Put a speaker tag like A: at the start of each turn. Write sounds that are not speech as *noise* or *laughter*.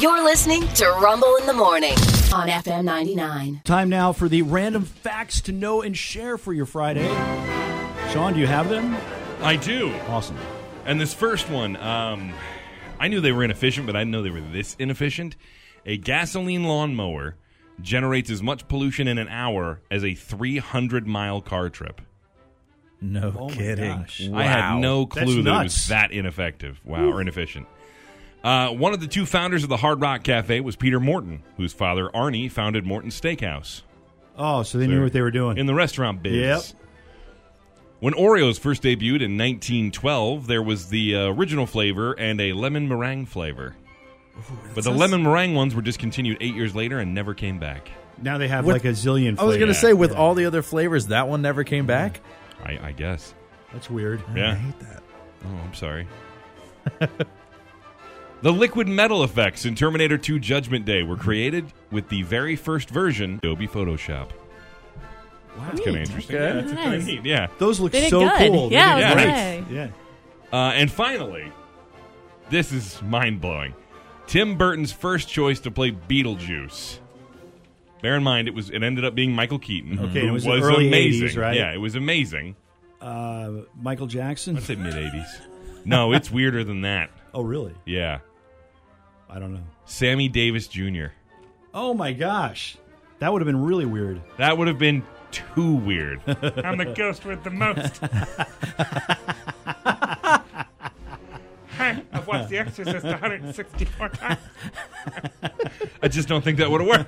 A: You're listening to Rumble in the Morning on FM 99.
B: Time now for the random facts to know and share for your Friday. Sean, do you have them?
C: I do.
B: Awesome.
C: And this first one, um, I knew they were inefficient, but I didn't know they were this inefficient. A gasoline lawnmower generates as much pollution in an hour as a 300 mile car trip.
D: No
C: Oh
B: my
D: kidding.
B: gosh.
C: I had no
B: That's
C: clue that it
B: nuts.
C: was that ineffective. Wow, or inefficient. Uh, one of the two founders of the Hard Rock Cafe was Peter Morton, whose father Arnie founded Morton's Steakhouse.
B: Oh, so they knew what they were doing.
C: *laughs* in the restaurant biz.
B: Yep.
C: When Oreos first debuted in 1912, there was the uh, original flavor and a lemon meringue flavor. but the lemon meringue ones were discontinued eight years later and never came back.
B: now they have
D: What-
B: like a zillion. Flavors.
D: I was going to say, with all the other flavors, that one never came back.
C: I, I guess.
B: that's weird.
D: I
C: Yeah.
D: hate that.
C: Oh, I'm sorry. *laughs* the liquid metal effects in Terminator 2 Judgment Day were created with the very first version, Adobe Photoshop. Wow. That's kind of interesting.
D: Okay.
C: Yeah, that's kinda
E: Nice.
C: neat. Yeah.
B: Those look
E: They did
B: so
E: good.
B: cool. They
E: Yeah,
B: did
C: I was
B: great.
E: gonna
B: yeah.
C: Uh, and finally, this is mind blowing. Tim Burton's first choice to play Beetlejuice. Bear in mind, it was it ended up being Michael Keaton.
B: Okay,
C: who
B: it was the early
C: amazing.
B: 80s, right?
C: Yeah, it was amazing.
B: Uh, Michael Jackson.
C: I'd say mid eighties. No, it's weirder than that.
B: Oh, really?
C: Yeah,
B: I don't know.
C: Sammy Davis Jr.
B: Oh my gosh, that would have been really weird.
C: That would have been too weird. *laughs* I'm the ghost with the *laughs* most.
F: I've watched The Exorcist 164 times.
C: I just don't think that would have worked.